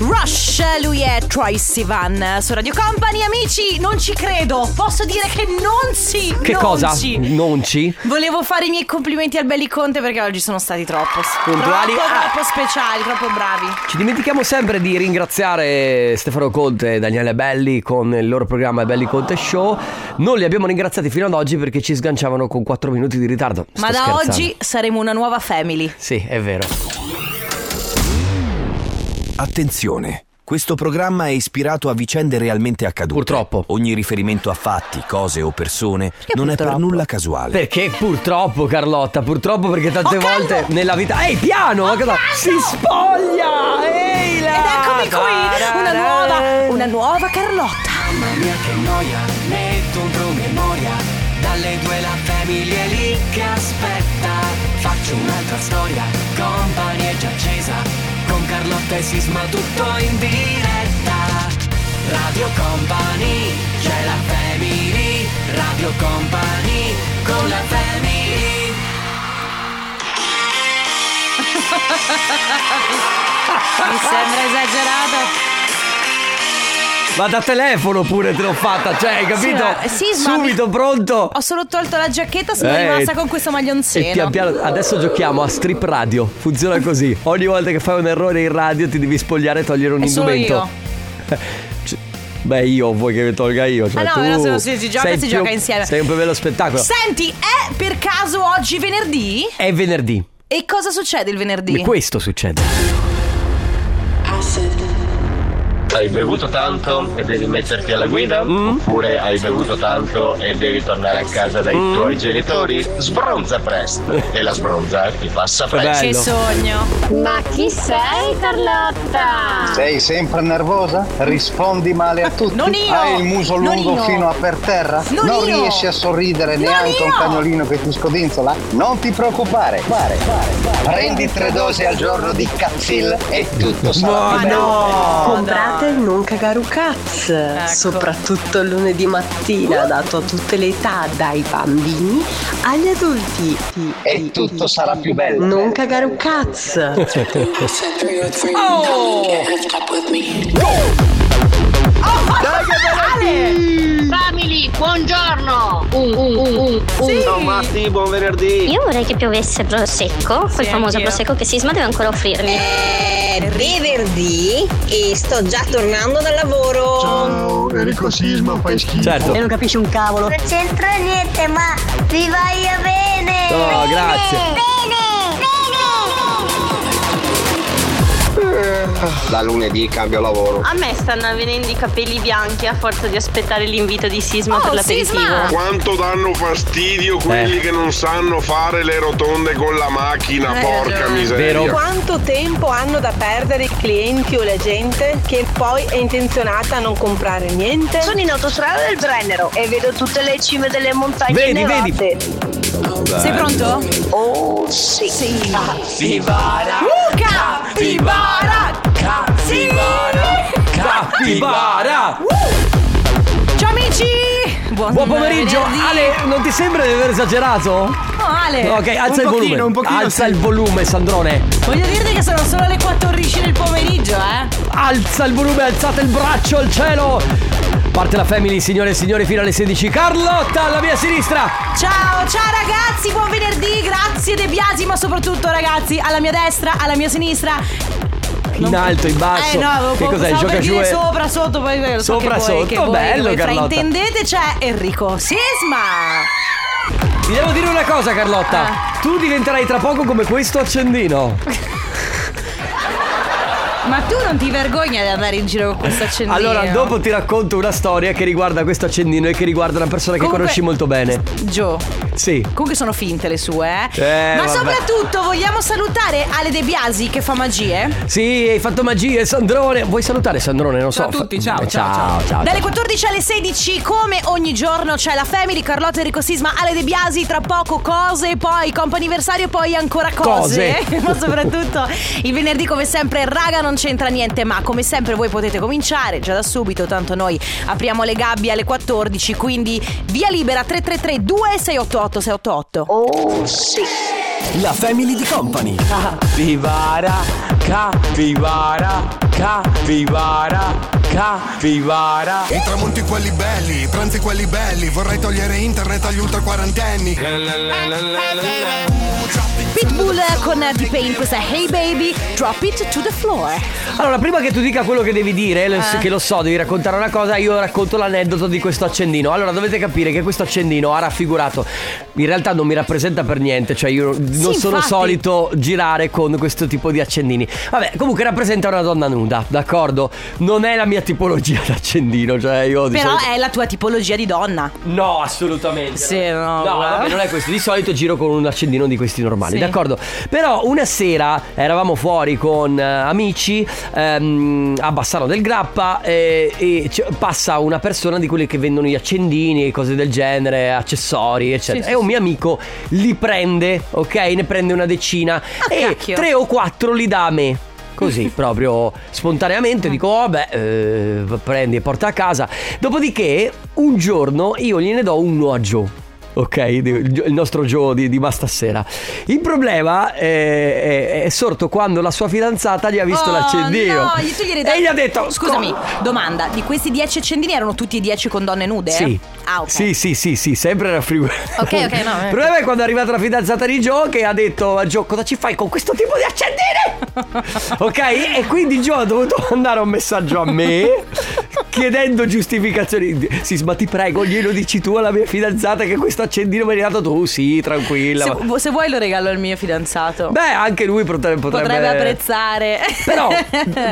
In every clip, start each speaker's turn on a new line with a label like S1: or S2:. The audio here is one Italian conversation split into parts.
S1: Rush, lui è Troy Sivan su Radio Company. Amici, non ci credo. Posso dire che non si.
S2: Che
S1: non
S2: cosa?
S1: si.
S2: Non ci?
S1: Volevo fare i miei complimenti al Belli Conte perché oggi sono stati troppo.
S2: Puntuali.
S1: Troppo,
S2: Ah.
S1: troppo speciali, troppo bravi.
S2: Ci dimentichiamo sempre di ringraziare Stefano Conte e Daniele Belli con il loro programma Belli Conte Show. Non li abbiamo ringraziati fino ad oggi perché ci sganciavano con 4 minuti di ritardo. Sto
S1: Ma da
S2: scherzando.
S1: oggi saremo una nuova family.
S2: Sì, è vero.
S3: Attenzione, questo programma è ispirato a vicende realmente accadute.
S2: Purtroppo.
S3: Ogni riferimento a fatti, cose o persone non è per
S1: purtroppo?
S3: nulla casuale.
S2: Perché purtroppo, Carlotta, purtroppo perché tante
S1: Ho
S2: volte
S1: caldo!
S2: nella vita. Ehi, piano! ma cosa- Si spoglia! Ehi,
S1: Ed
S2: là!
S1: eccomi qui, una nuova, una nuova Carlotta.
S4: Mamma mia che noia, metto un promemoria Dalle due la famiglia è lì che aspetta Faccio un'altra storia, company è già accesa Con Carlotta e Sisma tutto in diretta Radio Company, c'è la family Radio Company, con la family
S1: Mi sembra esagerato.
S2: Ma da telefono pure te l'ho fatta, cioè, hai
S1: Sì,
S2: capito?
S1: ma- sì, ma-
S2: Subito, pronto!
S1: Ho solo tolto la giacchetta, sono
S2: Eh,
S1: rimasta con questo
S2: E pian
S1: maglioncino.
S2: piano, adesso giochiamo a strip radio. Funziona così. Ogni volta che fai un errore in radio ti devi spogliare e togliere un
S1: E solo
S2: indumento.
S1: io.
S2: Cioè, Beh, io vuoi che tolga io. Cioè,
S1: Ah, no,
S2: tu
S1: però se- se si gioca,
S2: sei
S1: si
S2: più-
S1: gioca insieme.
S2: Sei un più bello spettacolo.
S1: Senti, è per caso oggi venerdì?
S2: È venerdì.
S1: E cosa succede il
S2: E
S1: venerdì?
S2: questo succede.
S5: Hai bevuto tanto e devi metterti alla guida?
S2: Mm.
S5: Oppure hai bevuto tanto e devi tornare a casa dai
S2: Mm.
S5: tuoi genitori? Sbronza presto e la sbronza ti passa presto.
S1: Che
S2: bello.
S1: sogno.
S6: Ma chi sei Carlotta?
S7: Sei sempre nervosa? Rispondi male a tutti?
S1: Non io!
S7: Hai il muso
S1: Non
S7: lungo
S1: io!
S7: fino a per terra?
S1: Non io!
S7: riesci a sorridere
S1: Non
S7: neanche a un
S1: io!
S7: cagnolino che ti scodinzola? Non ti preoccupare, pare, pare, pare. prendi tre dosi al giorno di Cazzil e tutto sarà
S2: Ma
S7: bene.
S2: no!
S8: Comprate il non cagarucazz,
S6: Ecco.
S8: soprattutto il lunedì
S6: Uh.
S8: mattina, dato a tutte le età, dai bambini agli adulti.
S7: E tutto sarà più bello.
S8: Non cagarucazz.
S1: Oh.
S6: Family, buongiorno! Un, un, un, un, un.
S1: Ciao Matti,
S9: Io vorrei che piovesse prosecco, quel famoso
S1: anch'io.
S9: prosecco che Sisma deve ancora offrirmi.
S10: È venerdì e sto già tornando dal lavoro.
S2: Certo.
S8: non capisci un cavolo.
S6: Non c'entra niente, ma vi voglio bene!
S2: No, grazie.
S6: Bene!
S7: Da lunedì cambio lavoro.
S6: A me stanno avvenendo i capelli bianchi a forza di aspettare l'invito di Sisma
S1: Oh,
S6: per l'aperitivo.
S1: Sisma!
S5: Quanto danno fastidio
S2: quelli
S5: che non sanno fare le rotonde con la macchina,
S1: Hai porca ragione.
S2: Vero?
S10: Quanto tempo hanno da perdere i clienti o la gente che poi è intenzionata a non comprare niente?
S6: Sono in autostrada del Brennero e vedo tutte le cime delle montagne
S2: Vedi, vedi.
S1: Sei pronto?
S6: Oh sì.
S1: Luca! Tibara!
S2: Capibara!
S1: Ciao amici!
S2: Buon pomeriggio!
S1: venerdì. Eh.
S2: Ale, non ti sembra di aver esagerato?
S1: No, Ale,
S2: Ok, alza il volume. alza il volume, Sandrone.
S1: voglio dirti che sono solo le 14 del pomeriggio, eh.
S2: Alza il volume, alzate il braccio al cielo. Parte la family, signore e signori, fino alle 16. Carlotta alla mia sinistra.
S1: Ciao, ciao ragazzi, buon venerdì, grazie De Biasi, ma soprattutto ragazzi, alla mia destra, alla mia sinistra.
S2: In alto, in basso.
S1: Eh no, avevo
S2: che cos'è?
S1: pensavo
S2: Gioca
S1: per
S2: giù
S1: dire
S2: e-
S1: sopra, sotto, poi lo so
S2: Sopra,
S1: che voi,
S2: sotto,
S1: che voi,
S2: bello,
S1: voi
S2: Carlotta.
S1: fraintendete c'è Enrico Sisma.
S2: Ti devo dire una cosa, Carlotta. Tu diventerai tra poco come questo accendino.
S1: Ma tu non ti vergogna di andare in giro con questo accendino?
S2: Allora, dopo ti racconto una storia che riguarda questo accendino e che riguarda una persona che
S1: Comunque-
S2: conosci molto bene.
S1: Gio,
S2: Sì.
S1: Comunque sono finte le sue, eh.
S2: Eh,
S1: Ma
S2: vabbè.
S1: soprattutto vogliamo salutare Ale De Biasi che fa magie.
S2: Sì, hai fatto magie, Sandrone. Vuoi salutare Sandrone? Non so.
S4: Ciao a tutti, ciao,
S2: Ciao,
S4: ciao,
S2: ciao. ciao.
S1: Dalle 14 alle 16, come ogni giorno, c'è la Family, Carlotta Enrico Sisma, Ale De Biasi, tra poco cose, poi comp'anniversario, poi ancora cose.
S2: Cose.
S1: ma soprattutto il venerdì, come sempre, raga, non c'entra niente, ma come sempre voi potete cominciare già da subito, tanto noi apriamo le gabbie alle 14, quindi via libera 333 2688 688.
S6: Oh sì.
S11: La family di company. Capivara, capivara, capivara, capivara.
S12: I tramonti quelli belli, i pranzi quelli belli Vorrei togliere internet agli ultra quarantenni
S1: Pitbull con D-Pain, questa è Hey Baby, Drop It to the Floor.
S2: Allora, prima che tu dica quello che devi dire, lo- che lo so, devi raccontare una cosa, io racconto l'aneddoto di questo accendino. Allora, dovete capire che questo accendino ha raffigurato, in realtà non mi rappresenta per niente, cioè io non sono
S13: infatti.
S2: solito girare con questo tipo di accendini. Vabbè, comunque rappresenta una donna nuda, d'accordo? Non è la mia tipologia d'accendino, cioè io di
S1: Però
S2: solito-
S1: è la tua tipologia di donna.
S2: No, assolutamente.
S1: Sì, no.
S2: No,
S1: guarda.
S2: vabbè, non è questo. Di solito giro con un accendino di questi normali,
S1: Sì.
S2: d'accordo? Però una sera eravamo fuori con eh, amici ehm, a Bassano del Grappa eh, e c- passa una persona di quelli che vendono gli accendini e cose del genere, accessori, eccetera.
S13: Sì,
S2: e
S13: sì,
S2: un mio amico li prende, ok? Ne prende una decina e
S13: cacchio.
S2: tre o quattro li dà a me. Così, proprio spontaneamente dico, vabbè, eh, prendi e porta a casa. Dopodiché, un giorno io gliene do uno a Joe. Ok, di- il il nostro Joe di, di ma stasera. Il problema eh, è, è sorto quando la sua fidanzata gli ha visto
S1: Oh,
S2: l'accendino.
S1: No, gli tu gli dai-
S2: E gli ha detto:
S1: Scusami,
S2: "Co-
S1: domanda: di questi 10 accendini erano tutti e 10 con donne nude?
S2: Sì.
S1: Ah, ok.
S2: Sì, sì, sì, sì, sempre raffigurato.
S1: Ok, ok, no, eh.
S2: Il problema è quando è arrivata la fidanzata di Joe che ha detto: "Ma Joe, cosa ci fai con questo tipo di accendini? ok? E quindi Joe ha dovuto mandare un messaggio a me chiedendo giustificazioni. Sì, ma ti prego, glielo dici tu alla mia fidanzata che questo accendino me l'hai dato tu? Sì, tranquilla.
S1: Se,
S2: ma-
S1: vu- se vuoi lo regalo al mio fidanzato.
S2: Beh, anche lui potre- potrebbe.
S1: Potrebbe apprezzare.
S2: Però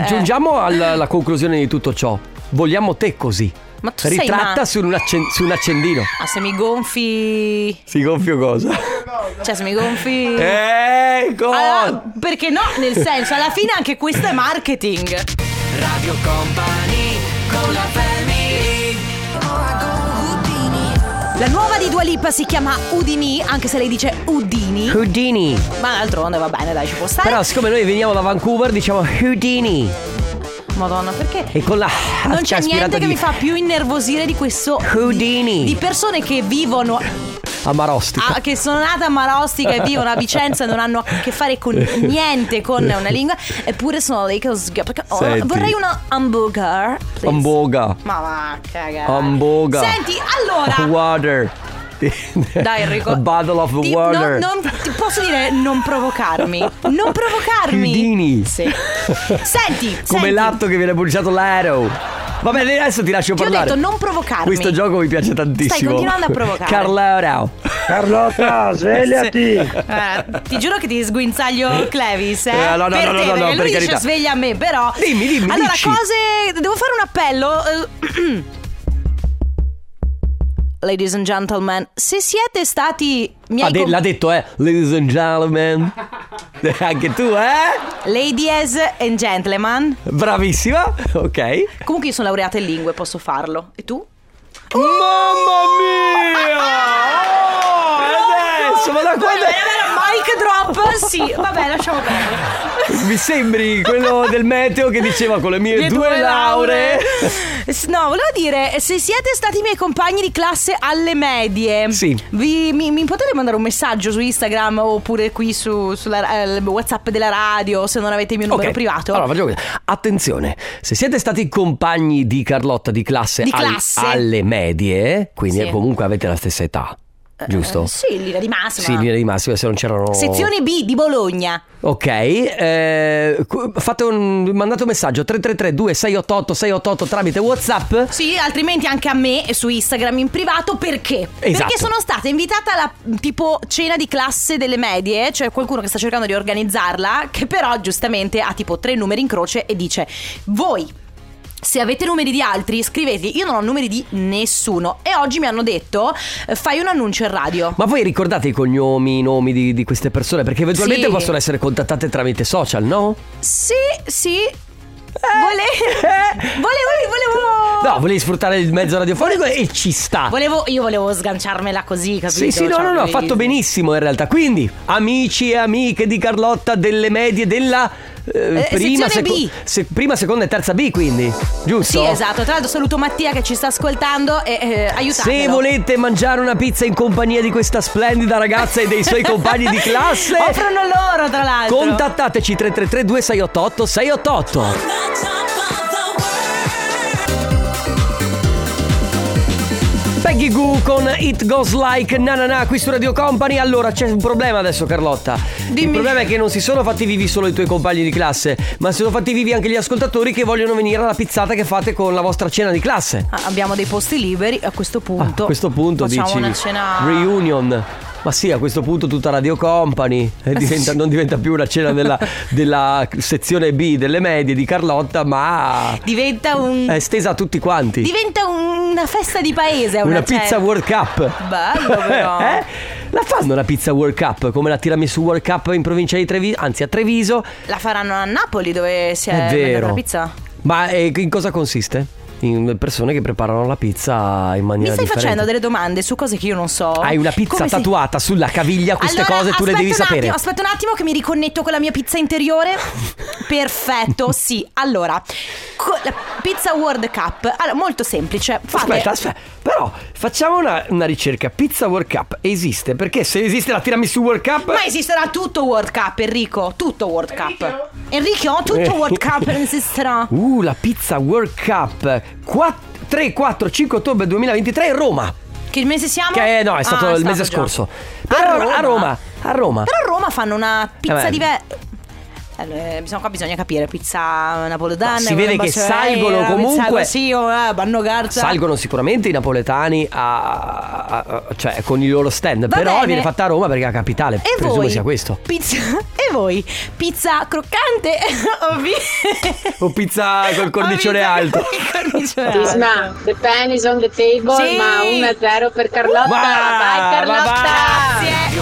S2: giungiamo alla, alla conclusione di tutto ciò. Vogliamo te così.
S1: Ma tu sei
S2: Ritratta
S1: ma-
S2: su, un accen- su un accendino.
S1: Ah, se mi gonfi.
S2: Si gonfio cosa?
S1: Cioè, se mi gonfi.
S2: Ecco!
S1: Allora, perché no? Nel senso, alla fine anche questo è marketing.
S4: Radio Company con la family
S1: La nuova di Dua Lipa si chiama Udini, anche se lei dice Udini.
S2: Houdini.
S1: Ma d'altronde va bene, dai, ci può stare.
S2: Però siccome noi veniamo da Vancouver diciamo Houdini.
S1: Madonna, perché?
S2: E con la...
S1: Non c'è niente
S2: aspirata
S1: che
S2: di
S1: mi fa più innervosire di questo.
S2: Houdini.
S1: Di, di persone che vivono.
S2: Amarostica.
S1: a- Ah, che sono nata a Marostica e vivono a Vicenza e non hanno a che fare con niente con una lingua. Eppure sono lei che. sg- perché- oh,
S2: Senti.
S1: vorrei una hamburger. please.
S2: Amboga.
S1: Ma va, cagare.
S2: Amboga.
S1: Senti, allora.
S2: Water.
S1: Dai, Enrico.
S2: A Battle of
S1: Ti-
S2: water.
S1: no, non- ti posso dire non provocarmi. Non provocarmi.
S2: Houdini.
S1: Sì. Senti,
S2: Come
S1: senti.
S2: l'atto che viene bruciato l'aereo. Vabbè, adesso ti lascio
S1: Ti ho
S2: parlare.
S1: detto non provocarmi.
S2: Questo gioco mi piace tantissimo.
S1: Stai continuando a provocare.
S2: Carla Rao. Carlotta,
S1: Eh, ti giuro che ti sguinzaglio Clevis, eh?
S2: Eh, no, no,
S1: per
S2: no, no,
S1: te,
S2: no, no,
S1: perché
S2: per
S1: lui dice
S2: carità.
S1: sveglia a me, però.
S2: Dimmi, dimmi,
S1: Allora,
S2: dici.
S1: cose. Devo fare un appello. eh, Ladies and gentlemen, se siete stati miei com-
S2: l'ha detto, eh. Ladies and gentlemen. Anche tu, eh?
S1: Ladies and gentlemen.
S2: Bravissima. Ok.
S1: Comunque io sono laureata in lingue, posso farlo. E tu?
S2: Mamma mia! Oh, e adesso, ma da quando è-
S1: Mic drop? Sì, vabbè, lasciamo perdere.
S2: Mi sembri quello del meteo che diceva con le mie
S1: Le
S2: due,
S1: tue
S2: lauree.
S1: S- No, volevo dire, se siete stati miei compagni di classe alle medie, vi- mi, mi potete mandare un messaggio su Instagram oppure qui su sulla, eh, WhatsApp della radio se non avete il mio numero
S2: Ok,
S1: privato?
S2: Allora, facciamo così. Attenzione, se siete stati compagni di Carlotta di classe,
S1: Di
S2: al-
S1: classe.
S2: alle medie, quindi
S1: Sì.
S2: comunque avete la stessa età, giusto?
S1: Eh, sì, in linea di massima.
S2: Sì, in linea di massima, se non c'erano...
S1: Sezione B di Bologna.
S2: Ok, eh, cu- fate un, mandate un messaggio 333-2688-688 tramite Whatsapp.
S1: Sì, altrimenti anche a me e su Instagram in privato perché?
S2: Esatto.
S1: Perché sono stata invitata alla mh, tipo cena di classe delle medie, cioè qualcuno che sta cercando di organizzarla, che però giustamente ha tipo tre numeri in croce e dice voi. Se avete numeri di altri, scrivete. Io non ho numeri di nessuno. E oggi mi hanno detto: eh, fai un annuncio in radio.
S2: Ma voi ricordate i cognomi, i nomi di, di queste persone? Perché eventualmente
S1: Sì.
S2: possono essere contattate tramite social, no?
S1: Sì, sì. Vole- volevo.
S2: Eh, No, volevi sfruttare il mezzo radiofonico e ci sta.
S1: Volevo. Io volevo sganciarmela così, capito?
S2: Sì, sì, no,
S1: Cioè,
S2: no, no, ha
S1: volevi-
S2: fatto benissimo in realtà. Quindi, amici e amiche di Carlotta delle medie della eh,
S1: Eh,
S2: prima,
S1: sezione
S2: seco-
S1: B.
S2: se- prima, seconda e terza B, quindi. Giusto?
S1: Sì, esatto. Tra l'altro saluto Mattia che ci sta ascoltando e eh, aiutatelo.
S2: Se volete mangiare una pizza in compagnia di questa splendida ragazza e dei suoi compagni di classe,
S1: Offrono loro, tra l'altro.
S2: contattateci 333 2688 688. Peggy Goo con It Goes Like Na Na Na qui su Radio Company. Allora c'è un problema adesso, Carlotta. Il problema è che non si sono fatti vivi solo i tuoi compagni di classe, ma si sono fatti vivi anche gli ascoltatori che vogliono venire alla pizzata che fate con la vostra cena di classe.
S1: Ah, Abbiamo dei posti liberi a questo punto.
S2: Ah, A questo punto
S1: facciamo
S2: dici
S1: una cena
S2: reunion. Ma sì, a questo punto tutta Radio Company eh, diventa- non diventa più una cena della, della sezione B delle medie di Carlotta, ma
S1: diventa un
S2: è stesa a tutti quanti.
S1: diventa un- una festa di paese, una, cioè,
S2: una pizza
S1: cena.
S2: World Cup.
S1: Bello però.
S2: Eh? La fanno la pizza World Cup come la tiramisù World Cup in provincia di Treviso, anzi a Treviso.
S1: La faranno a Napoli dove si è,
S2: È
S1: mangiata
S2: vero.
S1: Eh, la pizza?
S2: Ma eh, in cosa consiste? In persone che preparano la pizza in
S1: Mi
S2: maniera
S1: stai
S2: differente.
S1: facendo delle domande su cose che io non so.
S2: Hai una pizza
S1: Come se-
S2: tatuata sulla caviglia, queste
S1: Allora,
S2: cose tu le
S1: aspetta
S2: devi
S1: un
S2: sapere.
S1: Attimo, aspetta un attimo che mi riconnetto con la mia pizza interiore. Perfetto, sì. Allora, co- la pizza World Cup. Allora, molto semplice. Fate...
S2: Aspetta, aspetta, però facciamo una, una ricerca. Pizza World Cup esiste? Perché se esiste la tiramisù World Cup.
S1: Ma esisterà tutto World Cup, Enrico. Tutto World Cup. Enrico,
S2: Eh.
S1: tutto World Cup esisterà.
S2: Uh, la pizza World Cup 3, 4, 5 ottobre 2023 Roma.
S1: Che mese siamo?
S2: Che eh, no, è stato
S1: Ah,
S2: il mese
S1: già.
S2: scorso. Però
S1: Roma?
S2: a Roma, a Roma.
S1: Però a Roma fanno una pizza
S2: Vabbè.
S1: diversa. bisogna, qua bisogna capire pizza napoletana.
S2: Ma si vede
S1: una
S2: che
S1: baciaiola,
S2: salgono
S1: pizza
S2: comunque.
S1: così, o, eh, banno garza.
S2: Salgono sicuramente i napoletani a- a- a- cioè, con i loro stand.
S1: Va
S2: però
S1: bene.
S2: viene fatta a Roma perché è la capitale.
S1: E
S2: presumo
S1: voi?
S2: sia questo.
S1: Pizza. E voi? Pizza croccante o vi-
S2: O pizza col cornicione alto.
S13: Isma, the pen is on the table,
S1: Sì.
S13: ma 1-0 per Carlotta.
S2: Va,
S13: Vai
S2: va,
S13: Carlotta!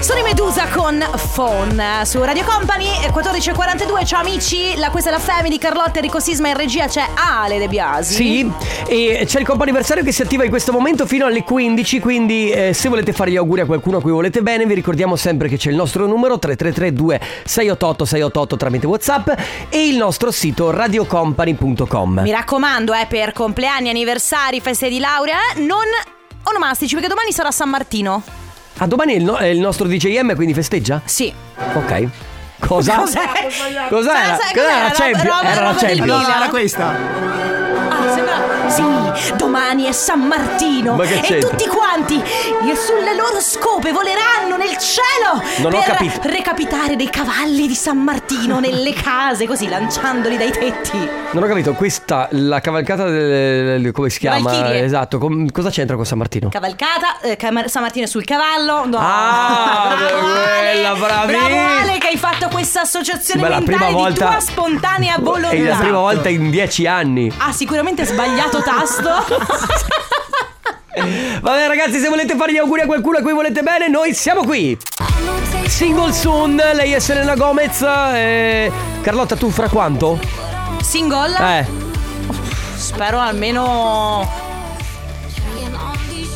S1: Sono i Medusa con Phone su Radio Company eh, 14.42. Ciao amici, la, questa è la Family, Carlotta, Enrico Sisma in regia c'è Ale De Biasi.
S2: Sì, e c'è il comp'anniversario che si attiva in questo momento fino alle 15, quindi eh, se volete fare gli auguri a qualcuno a cui volete bene, vi ricordiamo sempre che c'è il nostro numero 3332 688 688 tramite Whatsapp e il nostro sito radiocompany.com.
S1: Mi raccomando, eh, per compleanni, anniversari, feste di laurea, eh, non onomastici perché domani sarà San Martino.
S2: Ah, domani è il, no- è il nostro DJM, quindi festeggia?
S1: Sì.
S2: Ok. Cosa?
S1: Cos'è? Cosa-
S2: Cos'era? Cos'era?
S1: cos'era?
S2: la
S1: Roba-
S2: Champions?
S1: roba-
S2: Era la
S1: roba del
S2: Champions.
S1: Milan? No, era
S2: questa.
S1: Ah, sembra... Sì, domani è San Martino
S2: Ma che
S1: e
S2: c'entra?
S1: tutti quanti eh, sulle loro scope voleranno nel cielo
S2: Non ho
S1: per
S2: capito.
S1: recapitare dei cavalli di San Martino nelle case, così lanciandoli dai tetti.
S2: Non ho capito, questa, la cavalcata del... come si chiama?
S1: Valchirie.
S2: Esatto, com- cosa c'entra con San Martino?
S1: Cavalcata, eh, Cam- San Martino è sul cavallo. No.
S2: Ah,
S1: bravo,
S2: quella,
S1: Ale,
S2: bravissima.
S1: Bravo Ale che hai fatto questa
S2: Sì,
S1: associazione
S2: ma è la
S1: mentale
S2: prima volta-
S1: di tua spontanea volontà.
S2: È la prima volta in dieci anni.
S1: Ha sicuramente sbagliato tasto.
S2: Vabbè ragazzi, se volete fare gli auguri a qualcuno a cui volete bene, noi siamo qui. Single soon, lei è Selena Gomez. eh, Carlotta, tu fra quanto?
S1: Single?
S2: Eh.
S1: Spero almeno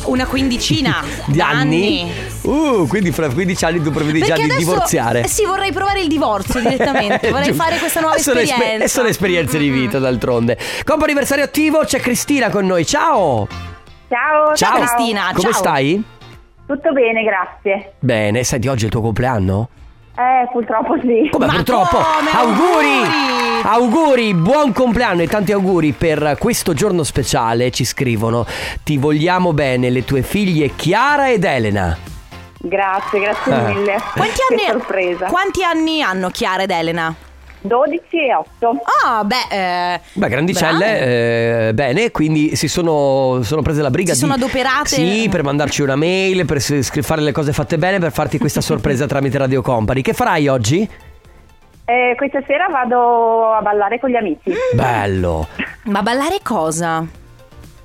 S1: una quindicina
S2: Di anni? Uh, quindi fra 15 anni tu prevedi
S1: Perché
S2: già di
S1: adesso- eh
S2: divorziare.
S1: Sì, vorrei provare il divorzio direttamente. Vorrei
S2: Giusto.
S1: fare questa nuova
S2: E sono esper-
S1: esperienza.
S2: E sono esperienze di vita, d'altronde. Compo anniversario attivo, c'è Cristina con noi. Ciao!
S14: Ciao,
S2: Come stai?
S14: Tutto bene, grazie.
S2: Bene, senti, oggi è il tuo compleanno?
S14: Eh, purtroppo sì.
S2: Come purtroppo, auguri! Auguri, buon compleanno e tanti auguri per questo giorno speciale. Ci scrivono: Ti vogliamo bene, le tue figlie Chiara ed Elena.
S14: Grazie, grazie
S2: Ah.
S14: mille.
S1: Mm-hmm. Quanti
S14: Che
S1: anni,
S14: sorpresa.
S1: quanti anni hanno Chiara ed Elena?
S14: 12 e 8.
S1: Ah, beh. eh,
S2: Beh,
S1: bravo.
S2: grandicelle, eh, bene, quindi si sono, sono prese la briga
S1: Si sono
S2: di-
S1: adoperate.
S2: Sì, per mandarci una mail, per s- scri- fare le cose fatte bene, per farti questa sorpresa tramite Radio Company. Che farai oggi?
S14: Eh, questa sera vado a ballare con gli amici.
S2: Bello!
S1: Ma ballare cosa?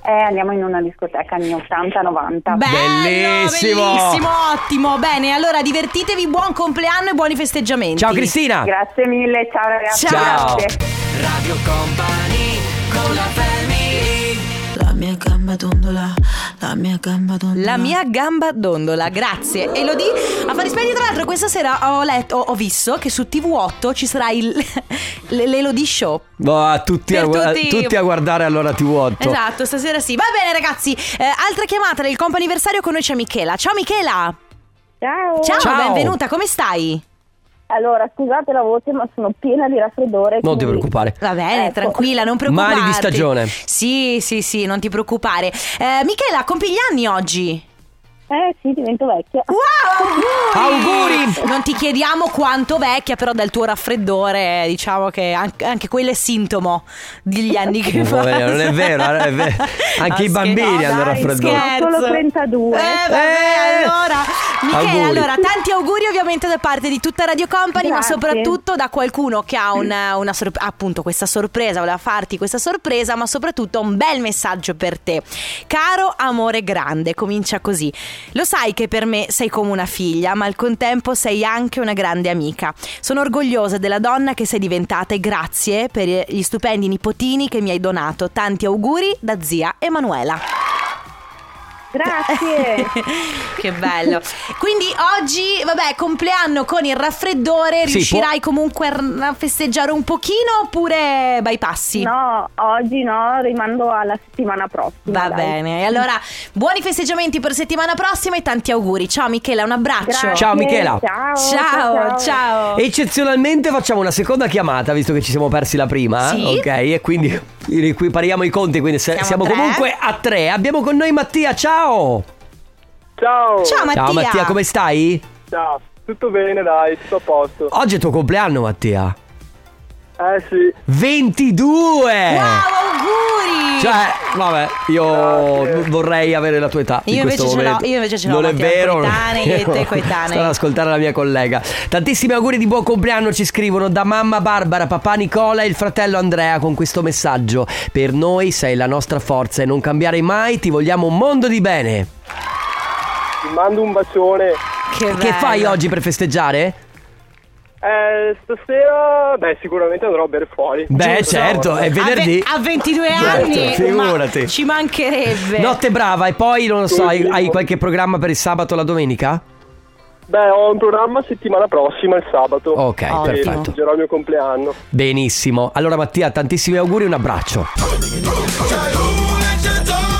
S14: Eh, andiamo in una discoteca anni 80-90.
S2: Bellissimo!
S1: Bellissimo, ottimo. Bene, allora divertitevi, buon compleanno e buoni festeggiamenti.
S2: Ciao, Cristina.
S14: Grazie mille, ciao ragazzi.
S1: Ciao.
S14: Grazie.
S4: Radio Company con la family. La mia gamba dondola,
S1: La mia gamba dondola. La mia gamba dondola, grazie. Elodie, a fare spegni, tra l'altro, questa sera ho letto, ho, ho visto che su TV8 ci sarà il, l- l'Elodie Show.
S2: No, Boh, a tutti, a,
S1: Per
S2: guarda-
S1: tutti-
S2: tutti a guardare allora TV8.
S1: Esatto, stasera sì. Va bene, ragazzi. eh, altra chiamata del comp anniversario con noi c'è Michela. Ciao Michela!
S14: Ciao!
S1: Ciao,
S2: Ciao.
S1: benvenuta, come stai?
S14: Allora, scusate la voce, ma sono piena di raffreddore.
S2: Non ti
S14: quindi-
S2: preoccupare.
S1: Va bene,
S14: Ecco.
S1: tranquilla, non preoccuparti.
S2: Mali di stagione.
S1: Sì, sì, sì, non ti preoccupare. Eh, Michela, compi gli anni oggi?
S14: Eh sì, divento vecchia.
S1: Wow!
S2: Auguri!
S1: Non ti chiediamo quanto vecchia, però dal tuo raffreddore, diciamo che an- anche, quello è sintomo degli anni che Ah,
S2: Non,
S1: fai.
S2: non è vero, non è vero. Anche i bambini hanno raffreddore.
S14: Sono solo 32.
S1: Eh, vabbè,
S2: Eh!
S1: allora. Michela,
S2: Auguri.
S1: allora, tanti auguri ovviamente da parte di tutta Radio Company, ma
S14: Grazie.
S1: soprattutto da qualcuno che ha
S2: Mm.
S1: una, una sor- appunto questa sorpresa, voleva farti questa sorpresa, ma soprattutto un bel messaggio per te. Caro amore grande, comincia così. Lo sai che per me sei come una figlia, ma al contempo sei anche una grande amica. Sono orgogliosa della donna che sei diventata e grazie per gli stupendi nipotini che mi hai donato. Tanti auguri da zia Emanuela.
S14: Grazie.
S1: che bello. Quindi oggi, vabbè, compleanno con il raffreddore,
S2: Sì,
S1: riuscirai comunque a festeggiare un pochino oppure bypassi?
S14: No, oggi no, rimando alla settimana prossima.
S1: Va
S14: dai.
S1: bene, e allora buoni festeggiamenti per settimana prossima e tanti auguri. Ciao Michela, un abbraccio.
S14: Grazie,
S2: Ciao, Michela.
S14: Ciao,
S1: Ciao, ciao.
S2: Eccezionalmente facciamo una seconda chiamata, visto che ci siamo persi la prima.
S1: Sì.
S2: Ok, e quindi ripariamo i conti. Quindi se-
S1: Siamo
S2: siamo,
S1: tre.
S2: comunque a tre. Abbiamo con noi Mattia, ciao.
S15: Ciao!
S1: Ciao Mattia.
S2: Ciao Mattia, come stai?
S15: Ciao, tutto bene dai, tutto a posto.
S2: Oggi è il tuo compleanno, Mattia.
S15: Eh sì,
S2: 22!
S1: Wow, auguri!
S2: Cioè, vabbè, io vorrei avere la tua età.
S1: Io
S2: in
S1: invece ce
S2: questo
S1: l'ho,
S2: momento.
S1: io invece ce l'ho,
S2: Non è
S1: Mattia,
S2: vero.
S1: coetanei,
S2: non è
S1: io e te
S2: vero.
S1: coetanei.
S2: Sto ad ascoltare la mia collega. Tantissimi auguri di buon compleanno ci scrivono da mamma Barbara, papà Nicola e il fratello Andrea con questo messaggio. Per noi sei la nostra forza e non cambiare mai, ti vogliamo un mondo di bene.
S15: ti mando un bacione.
S1: Che,
S2: Che fai
S1: bello.
S2: oggi per festeggiare?
S15: Eh, stasera, beh, sicuramente andrò a bere fuori.
S2: Beh, certo, è venerdì.
S1: A, ve- a 22
S2: Certo,
S1: anni
S2: figurati.
S1: ma ci
S15: Eh.
S1: mancherebbe.
S2: Notte brava e poi non lo so, hai, hai qualche programma per il sabato o la domenica?
S15: Beh, ho un programma settimana prossima, il sabato.
S2: Ok,
S15: E
S2: perfetto.
S15: festeggerò il mio compleanno.
S2: Benissimo. Allora Mattia, tantissimi auguri e un abbraccio.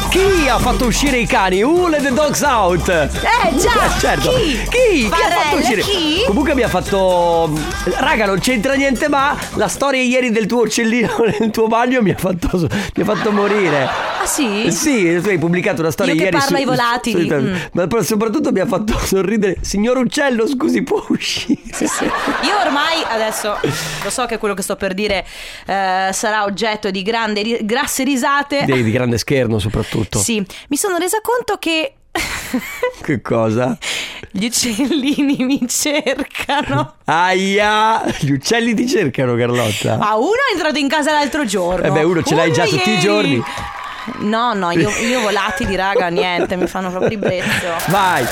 S2: Chi ha fatto uscire i cani? Who let the dogs out?
S1: Eh già,
S2: Eh, certo.
S1: chi?
S2: Chi? Chi ha fatto
S1: Barella,
S2: uscire?
S1: chi?
S2: Comunque mi ha fatto Raga, non c'entra niente, ma la storia ieri del tuo uccellino nel tuo bagno mi ha fatto mi ha fatto morire.
S1: Ah sì?
S2: Sì, tu hai pubblicato una storia
S1: Io che
S2: ieri
S1: parlo
S2: su-
S1: ai volatili.
S2: su internet.
S1: Mm.
S2: Ma però soprattutto mi ha fatto sorridere. Signor uccello, scusi, può uscire?
S1: Io ormai adesso lo so che quello che sto per dire eh, sarà oggetto di grande ri- grasse risate.
S2: Di, di grande scherno soprattutto.
S1: Sì, mi sono resa conto che
S2: Che cosa?
S1: gli uccellini mi cercano.
S2: Aia! Gli uccelli ti cercano, Carlotta.
S1: Ma uno è entrato in casa l'altro giorno.
S2: Eh beh, uno ce l'hai già tutti i
S1: ieri.
S2: giorni.
S1: No, no, io, io volatili, raga, niente, mi fanno proprio il brezzo.
S2: Vai!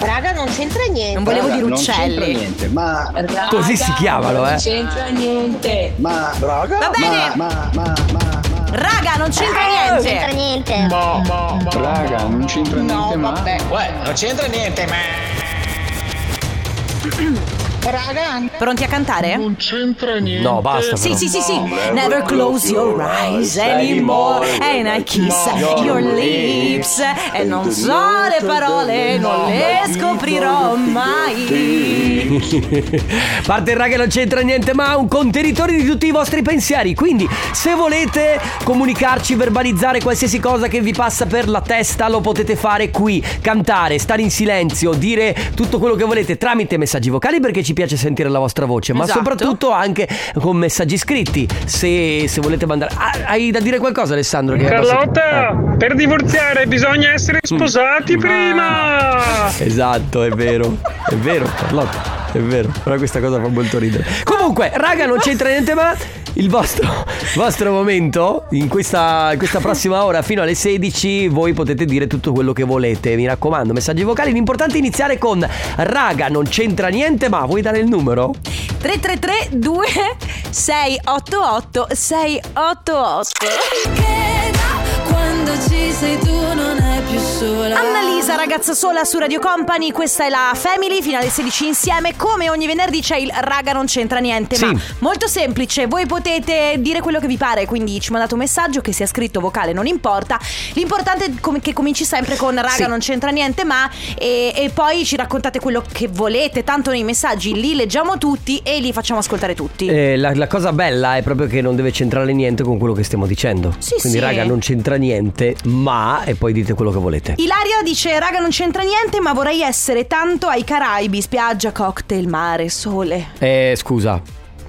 S6: Raga, non c'entra niente.
S1: Non volevo dire
S7: Non c'entra
S1: uccelli.
S7: niente, ma...
S2: Così si chiamano, eh.
S6: c'entra niente.
S7: Ma... Raga?
S1: Va bene.
S7: Ma... Ma... Ma... ma- Eh,
S1: Raga, non c'entra
S9: Non
S1: Ah, niente.
S9: c'entra niente.
S7: Raga, non c'entra niente, ma...
S4: non c'entra niente, ma.
S6: Raga,
S1: Pronti a cantare?
S2: No, basta.
S1: Sì,
S2: però.
S1: sì, sì, sì. Never close your eyes anymore. And I kiss your lips. E non so le parole, non le scoprirò mai.
S2: Parte il raga non c'entra niente ma un contenitore di tutti i vostri pensieri Quindi se volete comunicarci, verbalizzare qualsiasi cosa che vi passa per la testa Lo potete fare qui, cantare, stare in silenzio, dire tutto quello che volete Tramite messaggi vocali perché ci piace sentire la vostra voce Ma
S1: Esatto.
S2: soprattutto anche con messaggi scritti Se, se volete mandare Ah, Hai da dire qualcosa Alessandro? Che Ah.
S16: Carlotta, per divorziare bisogna essere sposati prima.
S2: Esatto, è vero, è vero, Carlotta. È vero, però questa cosa fa molto ridere. Comunque, raga, non c'entra niente, ma il vostro, il vostro momento, in questa, in questa prossima ora, fino alle 16, voi potete dire tutto quello che volete. Mi raccomando, messaggi vocali. L'importante è iniziare con raga, non c'entra niente, ma vuoi dare il numero?
S1: 333 2688 688
S17: Quando ci sei tu non hai
S1: Annalisa, ragazza sola su Radio Company, questa è la Family, finale 16 insieme. Come ogni venerdì c'è il raga non c'entra niente,
S2: Sì.
S1: ma molto semplice, voi potete dire quello che vi pare, quindi ci mandate un messaggio che sia scritto vocale, non importa. L'importante è com- che cominci sempre con raga
S2: Sì.
S1: non c'entra niente, ma e, e poi ci raccontate quello che volete, tanto nei messaggi li leggiamo tutti e li facciamo ascoltare tutti.
S2: Eh, la, la cosa bella è proprio che non deve c'entrare niente con quello che stiamo dicendo.
S1: Sì,
S2: Quindi,
S1: sì.
S2: raga, non c'entra niente, ma e poi dite quello che volete.
S1: Ilaria dice: Raga, non c'entra niente, ma vorrei essere tanto ai Caraibi, spiaggia, cocktail, mare, sole.
S2: Eh, scusa.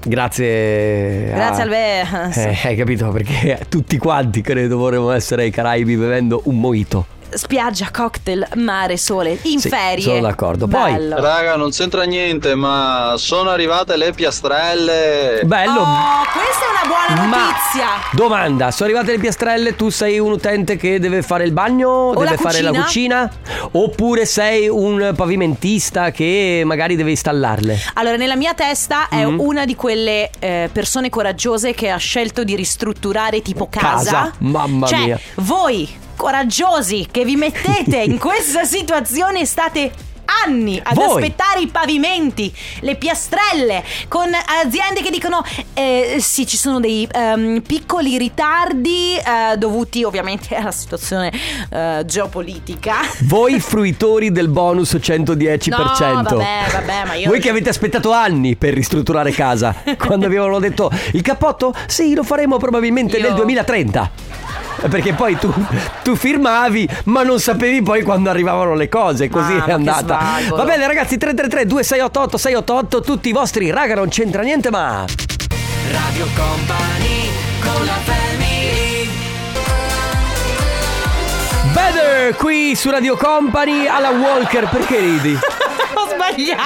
S2: Grazie. a-
S1: Grazie, Albe.
S2: Eh, hai capito? Perché tutti quanti credo vorremmo essere ai Caraibi bevendo un mojito.
S1: Spiaggia, cocktail, mare, sole. In
S2: Sì,
S1: ferie.
S2: sono d'accordo. Poi-
S1: Bello.
S17: Raga, non c'entra niente, ma sono arrivate le piastrelle.
S2: Bello.
S1: Oh, questa è una buona
S2: Ma-
S1: notizia.
S2: Domanda, sono arrivate le piastrelle, tu sei un utente che deve fare il bagno, deve
S1: la
S2: fare la cucina? Oppure sei un pavimentista che magari deve installarle?
S1: Allora, nella mia testa è
S2: Mm.
S1: una di quelle eh, persone coraggiose che ha scelto di ristrutturare tipo casa.
S2: Mamma
S1: cioè,
S2: mia.
S1: voi coraggiosi che vi mettete in questa situazione e state anni ad
S2: Voi.
S1: aspettare i pavimenti, le piastrelle, con aziende che dicono eh, sì ci sono dei ehm, piccoli ritardi eh, dovuti ovviamente alla situazione eh, geopolitica.
S2: Voi fruitori del bonus 110%.
S1: No, vabbè, vabbè, ma io
S2: Voi che avete aspettato anni per ristrutturare casa, quando vi avevano detto il cappotto, sì, lo faremo probabilmente nel 2030. Eh, Perché poi tu, tu firmavi, ma non sapevi poi quando arrivavano le cose. Così
S11: Mamma,
S2: è
S11: che
S2: andata.
S11: svalvolo.
S2: Va bene, ragazzi, 333-2688-688, tutti i vostri, raga, non c'entra niente, ma.
S4: Radio Company con la family
S2: Better qui su Radio Company alla Walker, perché ridi?
S1: ho sbagliato.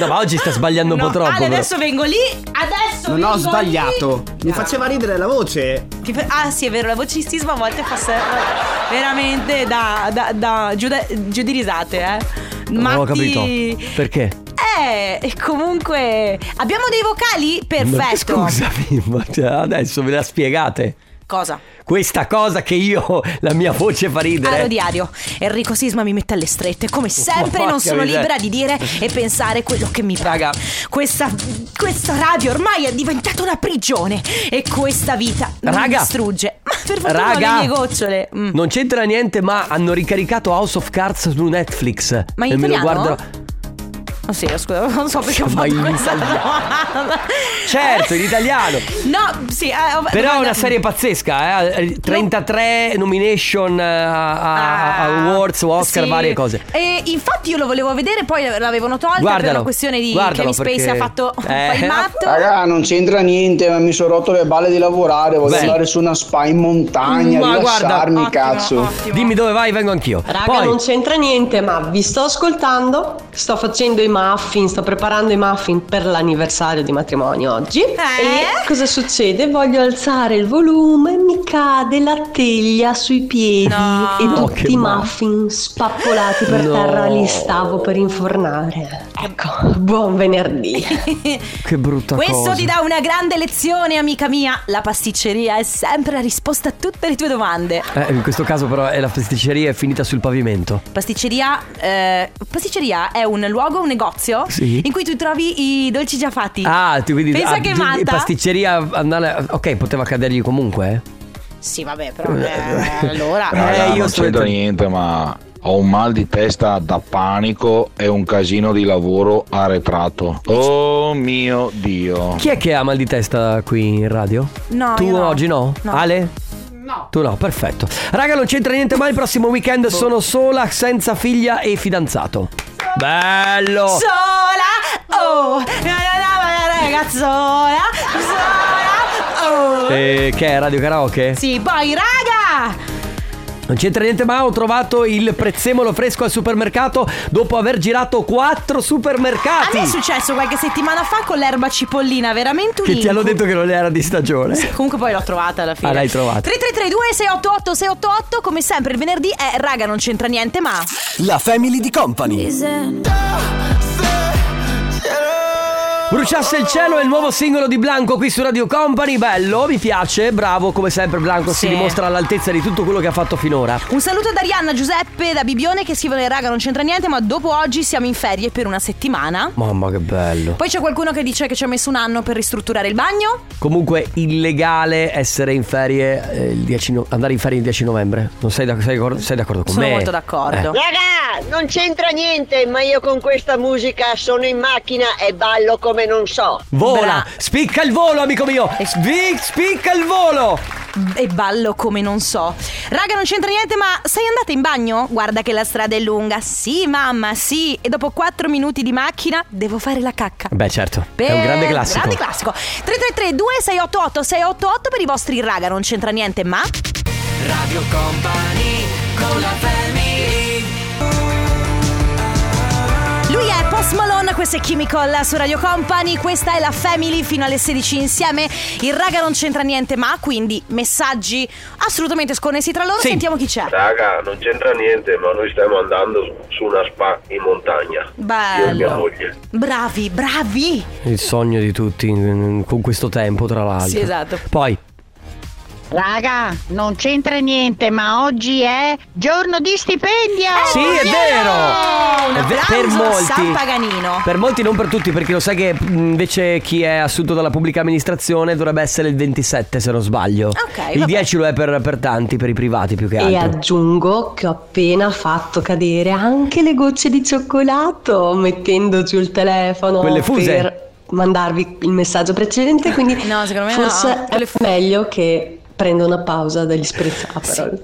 S2: No, ma oggi sta sbagliando un po' troppo.
S1: Ale,
S2: però.
S1: adesso vengo lì, adesso
S18: Non
S1: vengo
S18: ho sbagliato.
S1: lì.
S18: Mi faceva ridere la voce.
S1: Ti fa- Ah sì è vero, la vocistismo a volte fa ser- veramente da, da, da giù, da- giù di risate eh.
S2: Non ho
S1: Matti-
S2: capito. Perché?
S1: Eh, e comunque abbiamo dei vocali? Perfetto
S2: Ma Scusami, ma cioè, adesso ve la spiegate.
S1: Cosa?
S2: Questa cosa che io, la mia voce fa ridere.
S1: Caro diario, Enrico Sisma mi mette alle strette. Come sempre,
S2: Oh, porca
S1: non sono
S2: miseria.
S1: libera di dire e pensare quello che mi paga. Questa, questa radio ormai è diventata una prigione. E questa vita mi
S2: Raga.
S1: distrugge. Ma per fortuna ho
S2: Raga,
S1: le mie gocciole. Mm.
S2: non c'entra niente, ma hanno ricaricato House of Cards su Netflix.
S1: Ma in
S2: e me lo
S1: italiano?
S2: guarderò.
S1: Oh, sì, scusa, non so perché ho
S2: Ma
S1: fatto
S2: in
S1: questa domanda.
S2: Certo, in italiano.
S1: No, sì, eh, ho-
S2: Però è
S1: domanda-
S2: una serie pazzesca, eh? 33 nomination eh, a, a- a awards, Oscar,
S1: Ah, Sì.
S2: varie cose.
S1: E infatti io lo volevo vedere, poi l'avevano tolta per
S2: Guardalo,
S1: una questione di Kevin
S2: guardalo,
S1: Spacey
S2: perché-
S1: ha fatto un
S2: Eh.
S1: po' il matto.
S18: Raga, non c'entra niente, ma mi sono rotto le balle di lavorare. Voglio
S2: Beh.
S18: andare su una spa in montagna,
S2: Ma guarda,
S18: rilassarmi,
S2: ottimo,
S18: cazzo.
S2: Dimmi dove vai, vengo anch'io.
S8: Raga,
S2: Poi,
S8: non c'entra niente, ma vi sto ascoltando. Sto facendo i muffin, sto preparando i muffin per l'anniversario di matrimonio oggi. E cosa succede? Voglio alzare il volume, mi cade la teglia sui piedi
S1: No.
S8: e
S1: No,
S8: tutti
S1: che
S8: i
S1: male.
S8: muffin spappolati per
S2: No.
S8: terra li stavo per infornare. Ecco, buon venerdì.
S2: che brutta
S1: Questo
S2: cosa.
S1: ti dà una grande lezione, amica mia. La pasticceria è sempre la risposta a tutte le tue domande.
S2: Eh, in questo caso però eh, la pasticceria è finita sul pavimento.
S1: Pasticceria, eh, pasticceria è un luogo, un negozio
S2: Sì.
S1: in cui tu trovi i dolci già fatti.
S2: Ah, ti quindi
S1: Pensa
S2: ah,
S1: che
S2: di-
S1: matta.
S2: pasticceria andare Ok, poteva cadergli comunque, eh.
S1: Sì, vabbè, però eh, allora
S2: Eh, io
S19: non
S2: sto
S19: c'entra
S2: detto-
S19: niente, ma ho un mal di testa da panico e un casino di lavoro arretrato. Oh mio Dio.
S2: Chi è che ha mal di testa qui in radio?
S1: No,
S2: Tu
S1: io no.
S2: oggi no? Ah,
S1: No.
S2: Ale? No. Tu no, perfetto. Raga, non c'entra niente mai, il prossimo weekend sono sola, senza figlia e fidanzato. Bello!
S1: Sola, oh, na, na, na, na, ragazzola, sola, oh.
S2: Eh, che è Radio Karaoke?
S1: Sì, poi raga!
S2: Non c'entra niente, ma ho trovato il prezzemolo fresco al supermercato dopo aver girato quattro
S1: A me è
S2: supermercati.
S1: successo qualche settimana fa con l'erba cipollina, veramente un
S2: Che ti hanno
S1: incubo.
S2: detto che non era di stagione.
S1: Comunque poi l'ho trovata alla fine.
S2: Ah, l'hai trovata.
S1: 3332 688 688 come sempre il venerdì è raga non c'entra niente ma
S2: La family di company. Bruciasse il cielo è il nuovo singolo di Blanco qui su Radio Company. Bello, mi piace, bravo come sempre. Blanco si
S1: Sì.
S2: dimostra all'altezza di tutto quello che ha fatto finora.
S1: Un saluto ad Arianna, Giuseppe, da Bibione che scrivono raga non c'entra niente ma dopo oggi siamo in ferie per una settimana.
S2: Mamma che bello.
S1: Poi c'è qualcuno che dice che ci ha messo un anno per ristrutturare il bagno.
S2: Comunque illegale essere in ferie eh, il 10 no- andare in ferie il 10 novembre. Non sei, d'ac- sei d'accordo, sei d'accordo con
S1: Sono
S2: me?
S1: molto d'accordo.
S2: Eh.
S20: Raga, non c'entra niente, ma io con questa musica sono in macchina e ballo come non so.
S2: Eh. Vola, spicca il volo, amico mio. Svi- spicca il volo.
S1: E ballo come non so. Raga, non c'entra niente, ma sei andata in bagno? Guarda che la strada è lunga. Sì, mamma, sì. E dopo 4 minuti di macchina devo fare la cacca.
S2: Beh, certo, è un grande classico.
S1: Grande classico. 333 2688 688 per i vostri raga, non c'entra niente, ma
S4: Radio Company con la family
S1: lui è Post Malone, questo è Chemical su Radio Company, questa è la Family fino alle 16 insieme. Il raga non c'entra niente, ma quindi messaggi assolutamente sconnessi tra loro. Sentiamo chi c'è.
S21: Raga, non c'entra niente, ma noi stiamo andando su una spa in montagna. Io e mia
S1: Bello.
S21: moglie.
S1: Bravi, bravi.
S2: Il sogno di tutti in- con questo tempo, tra l'altro.
S20: Sì, esatto.
S2: Poi
S20: Raga, non c'entra niente, ma oggi è giorno di stipendio!
S2: Sì, è vero! È ve- per
S1: Eh, applauso a
S2: molti.
S1: San Paganino.
S2: Per molti, non per tutti, perché lo sai che mh, invece chi è assunto dalla pubblica amministrazione dovrebbe essere il 27, se non sbaglio.
S8: Ok,
S2: Il
S8: vabbè.
S2: 10 lo è per, per tanti, per i privati più che
S8: E
S2: altro.
S8: aggiungo che ho appena fatto cadere anche le gocce di cioccolato mettendo giù il telefono
S2: Quelle fuse?
S8: per mandarvi il messaggio precedente, quindi
S1: No, secondo me
S8: forse
S1: no.
S8: è meglio che prenda una pausa dagli sprezzaparole.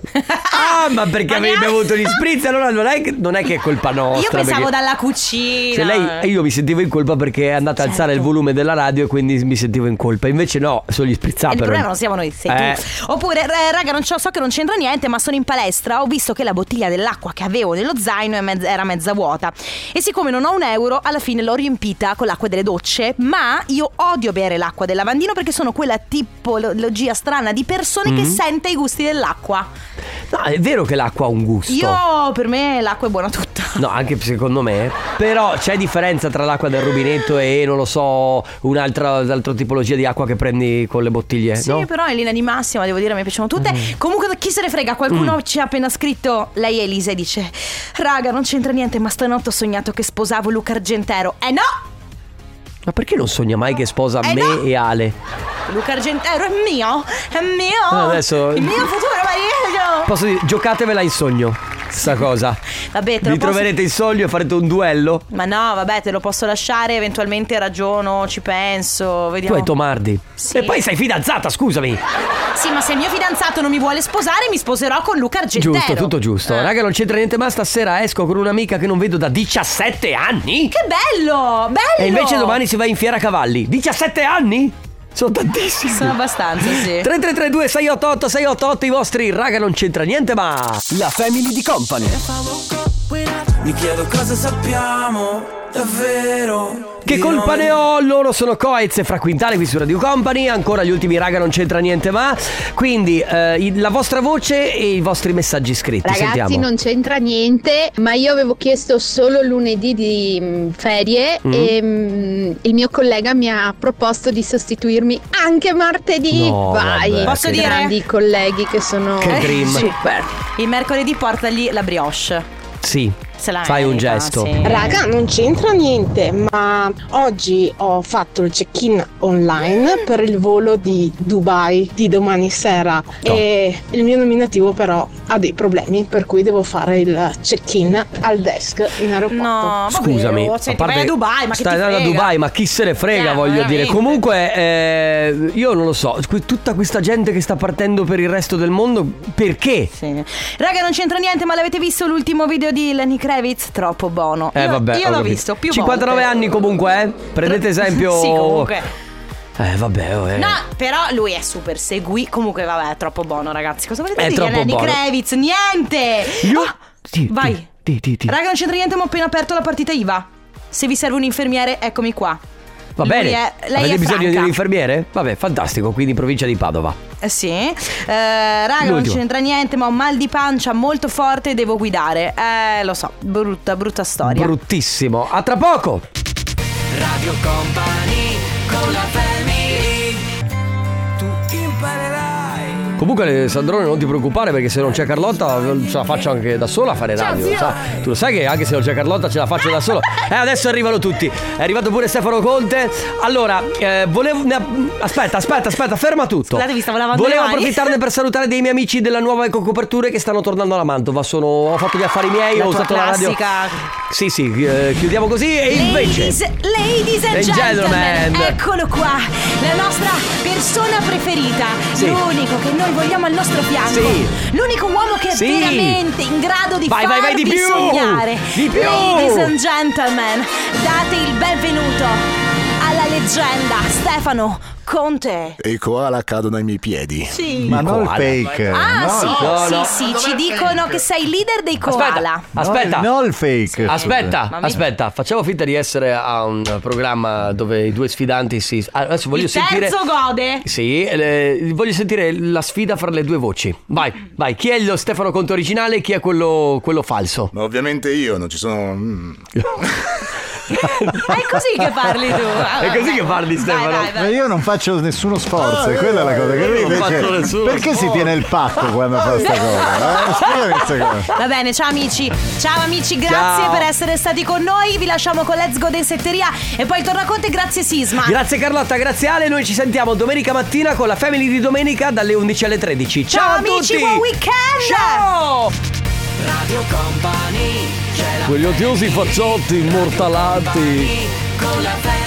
S2: Ah, ma perché avevi bevuto gli spritz? Allora non è che, non è, che è colpa nostra.
S1: Io pensavo
S2: perché-
S1: dalla
S2: Cioè,
S1: cucina.
S2: lei, io mi sentivo in colpa perché è andata a alzare il
S1: Certo.
S2: volume della radio e quindi mi sentivo in colpa. Invece no, sono gli sprizzapper.
S1: Il problema non siamo noi, sei
S2: Ah, Eh.
S1: tu. Oppure, eh, raga, non c'ho- so che non c'entra niente, ma sono in palestra. Ho visto che la bottiglia dell'acqua che avevo nello zaino è mezz- era mezza vuota. E siccome non ho un euro, alla fine l'ho riempita con l'acqua delle docce. Ma io odio bere l'acqua del lavandino perché sono quella tipologia strana di persone che
S2: Mm.
S1: sente i gusti dell'acqua.
S2: No, è vero che l'acqua ha un gusto.
S1: Io, per me, l'acqua è buona tutta.
S2: No, anche secondo me. Però c'è differenza tra l'acqua del rubinetto e, non lo so, un'altra, un'altra tipologia di acqua che prendi con le bottiglie,
S1: Sì,
S2: Eh, no?
S1: però in linea di massima, devo dire, mi piacciono tutte. Comunque, chi se ne frega, qualcuno
S2: Mm.
S1: ci ha appena scritto, lei è Elisa, e dice: Raga, non c'entra niente, ma stanotte ho sognato che sposavo Luca Argentero. Eh no!
S2: Ma perché non sogna mai che sposa
S1: Eh,
S2: me
S1: no!
S2: e Ale?
S1: Luca Argentero è mio! È mio!
S2: Ah, adesso-
S1: Il mio futuro marito!
S2: Posso dire, giocatevela in sogno, sta cosa.
S1: Vabbè, te lo
S2: Vi
S1: posso-
S2: troverete in sogno e farete un duello.
S1: Ma no, vabbè, te lo posso lasciare, eventualmente ragiono, ci penso,
S2: Tu
S1: vediamo.
S2: e Tomardi. E poi sei fidanzata, scusami.
S1: Sì, ma se il mio fidanzato non mi vuole sposare, mi sposerò con Luca Argentero.
S2: Giusto, tutto giusto.
S1: Eh.
S2: Raga, non c'entra niente, ma stasera esco con un'amica che non vedo da 17 anni.
S1: Che bello! Bello!
S2: E invece domani si va in fiera cavalli. 17 anni? Sono tantissimi.
S1: Sono abbastanza, sì.
S2: 3332 688 688 i vostri raga non c'entra niente ma la family di company.
S4: Mi chiedo cosa sappiamo davvero
S2: Che
S4: di
S2: colpa
S4: noi.
S2: ne ho? Loro sono Coez e Fra Quintale qui su Radio Company, ancora gli ultimi raga non c'entra niente ma quindi eh, il- la vostra voce e i vostri messaggi scritti,
S22: Ragazzi,
S2: sentiamo.
S22: non c'entra niente, ma io avevo chiesto solo lunedì di mm, ferie
S2: Mm.
S22: e mm, il mio collega mi ha proposto di sostituirmi anche martedì.
S1: No,
S22: Vai,
S1: vabbè, Posso che- dire?
S22: grandi colleghi che sono
S2: Che grim.
S22: super.
S1: Eh, Il mercoledì portagli la brioche.
S2: Sì.
S1: Se la
S2: Fai un
S1: merita,
S2: gesto.
S1: sì.
S23: Raga, non c'entra niente, ma oggi ho fatto il check-in online per il volo di Dubai di domani sera
S22: Eh,
S23: e il mio nominativo però ha dei problemi per cui devo fare il check-in al desk in aeroporto. No,
S2: Scusami,
S1: oh,
S23: vai a Dubai, ma che
S2: stai
S23: ti
S2: andando a
S23: frega?
S2: Dubai, ma chi se ne frega,
S23: Eh,
S2: voglio dire.
S23: veramente.
S2: Comunque, eh, io non lo so, que- tutta questa gente che sta partendo per il resto del mondo, perché?
S1: Raga, non c'entra niente, ma l'avete visto l'ultimo video di Lenny Kravitz? Troppo buono.
S2: Eh,
S1: io
S2: vabbè,
S1: io
S2: ho
S1: l'ho
S2: capito.
S1: visto più
S2: 59
S1: volte.
S2: anni comunque, eh? Prendete esempio.
S1: Sì, comunque.
S2: Eh, vabbè, oh, eh.
S1: No, però lui è super segui. Comunque, vabbè, è troppo buono, ragazzi. Cosa volete
S2: È
S1: dire?
S2: troppo
S1: Lenny
S2: buono.
S1: Kravitz, niente.
S2: Io-
S1: Ah,
S2: Sì,
S1: vai.
S2: Ti, ti, ti.
S1: Raga, non c'entra niente, ma ho appena aperto la partita IVA. Se vi serve un infermiere, eccomi qua.
S2: Va
S1: Lui
S2: bene.
S1: è- lei
S2: Avete
S1: è
S2: bisogno di
S1: franca.
S2: un infermiere? Vabbè, fantastico, quindi provincia di Padova.
S1: Eh, Sì, Eh, raga, non
S2: L'ultimo.
S1: c'entra niente, ma ho un mal di pancia molto forte e devo guidare. Eh, lo so, brutta, brutta storia.
S2: Bruttissimo. A tra poco.
S4: Radio Company con la family. Tu imparerai.
S2: Comunque eh, Sandrone non ti preoccupare perché se non c'è Carlotta ce la faccio anche da sola a fare
S4: Ciao,
S2: radio.
S4: zio.
S2: sa? Tu lo sai che anche se non c'è Carlotta ce la faccio da sola. Eh adesso arrivano tutti. È arrivato pure Stefano Conte. Allora, eh, volevo. ne- Aspetta, aspetta, aspetta, ferma tutto.
S1: Scusate, vi stavo lavando
S2: Volevo
S1: le mani.
S2: approfittarne per salutare dei miei amici della nuova ecocoperture che stanno tornando alla Mantova. Sono, ho fatto gli affari miei,
S1: La
S2: ho
S1: tua
S2: usato la
S1: classica.
S2: radio. Sì, sì, eh, chiudiamo così e invece.
S1: Ladies, ladies and
S2: And
S1: gentlemen,
S2: gentlemen.
S1: eccolo qua, la nostra persona preferita,
S2: Sì.
S1: l'unico che noi vogliamo al nostro fianco,
S2: Sì.
S1: l'unico uomo che è
S2: Sì.
S1: veramente in grado di
S2: Vai, vai,
S1: farvi
S2: vai, di più,
S1: sognare.
S2: di più.
S1: Ladies and gentlemen, date il benvenuto alla leggenda Stefano Conte.
S3: E i koala cadono ai miei piedi.
S1: Sì.
S3: Ma non il
S1: Koala.
S3: fake.
S2: Eh,
S1: Ah
S3: no,
S1: sì,
S3: il koala.
S1: sì, sì, ci dicono che sei il leader dei koala.
S2: Aspetta.
S3: No, il fake.
S2: Aspetta,
S1: Ma mi-
S2: aspetta, facciamo finta di essere a un programma dove i due sfidanti si. Ah, Adesso voglio
S1: il terzo
S2: sentire.
S1: gode.
S2: Sì, eh, voglio sentire la sfida fra le due voci. Vai, vai. Chi è lo Stefano Conte originale e chi è quello, quello falso?
S3: Ma ovviamente io, non ci sono. mm.
S1: È così che parli tu. Ah,
S2: È così che parli, Stefano.
S3: Ma io non faccio nessuno sforzo, è quella la cosa che
S2: Io
S3: lui
S2: non
S3: invece-
S2: faccio nessuno
S3: Perché si tiene il pacco quando fa questa cosa? Eh? Spiegami questa cosa.
S1: Va bene, ciao amici. Ciao amici, grazie
S3: Ciao.
S1: per essere stati con noi. Vi lasciamo con Let's Go Densetteria e poi torna Conte, grazie Sisma.
S2: Grazie Carlotta, grazie Ale. Noi ci sentiamo domenica mattina con la Family di domenica dalle 11 alle 13. Ciao,
S1: Ciao,
S2: a
S1: amici,
S2: tutti!
S1: buon weekend.
S2: Ciao!
S4: Radio Company
S2: Quegli odiosi fazzotti immortalati.
S4: con la family.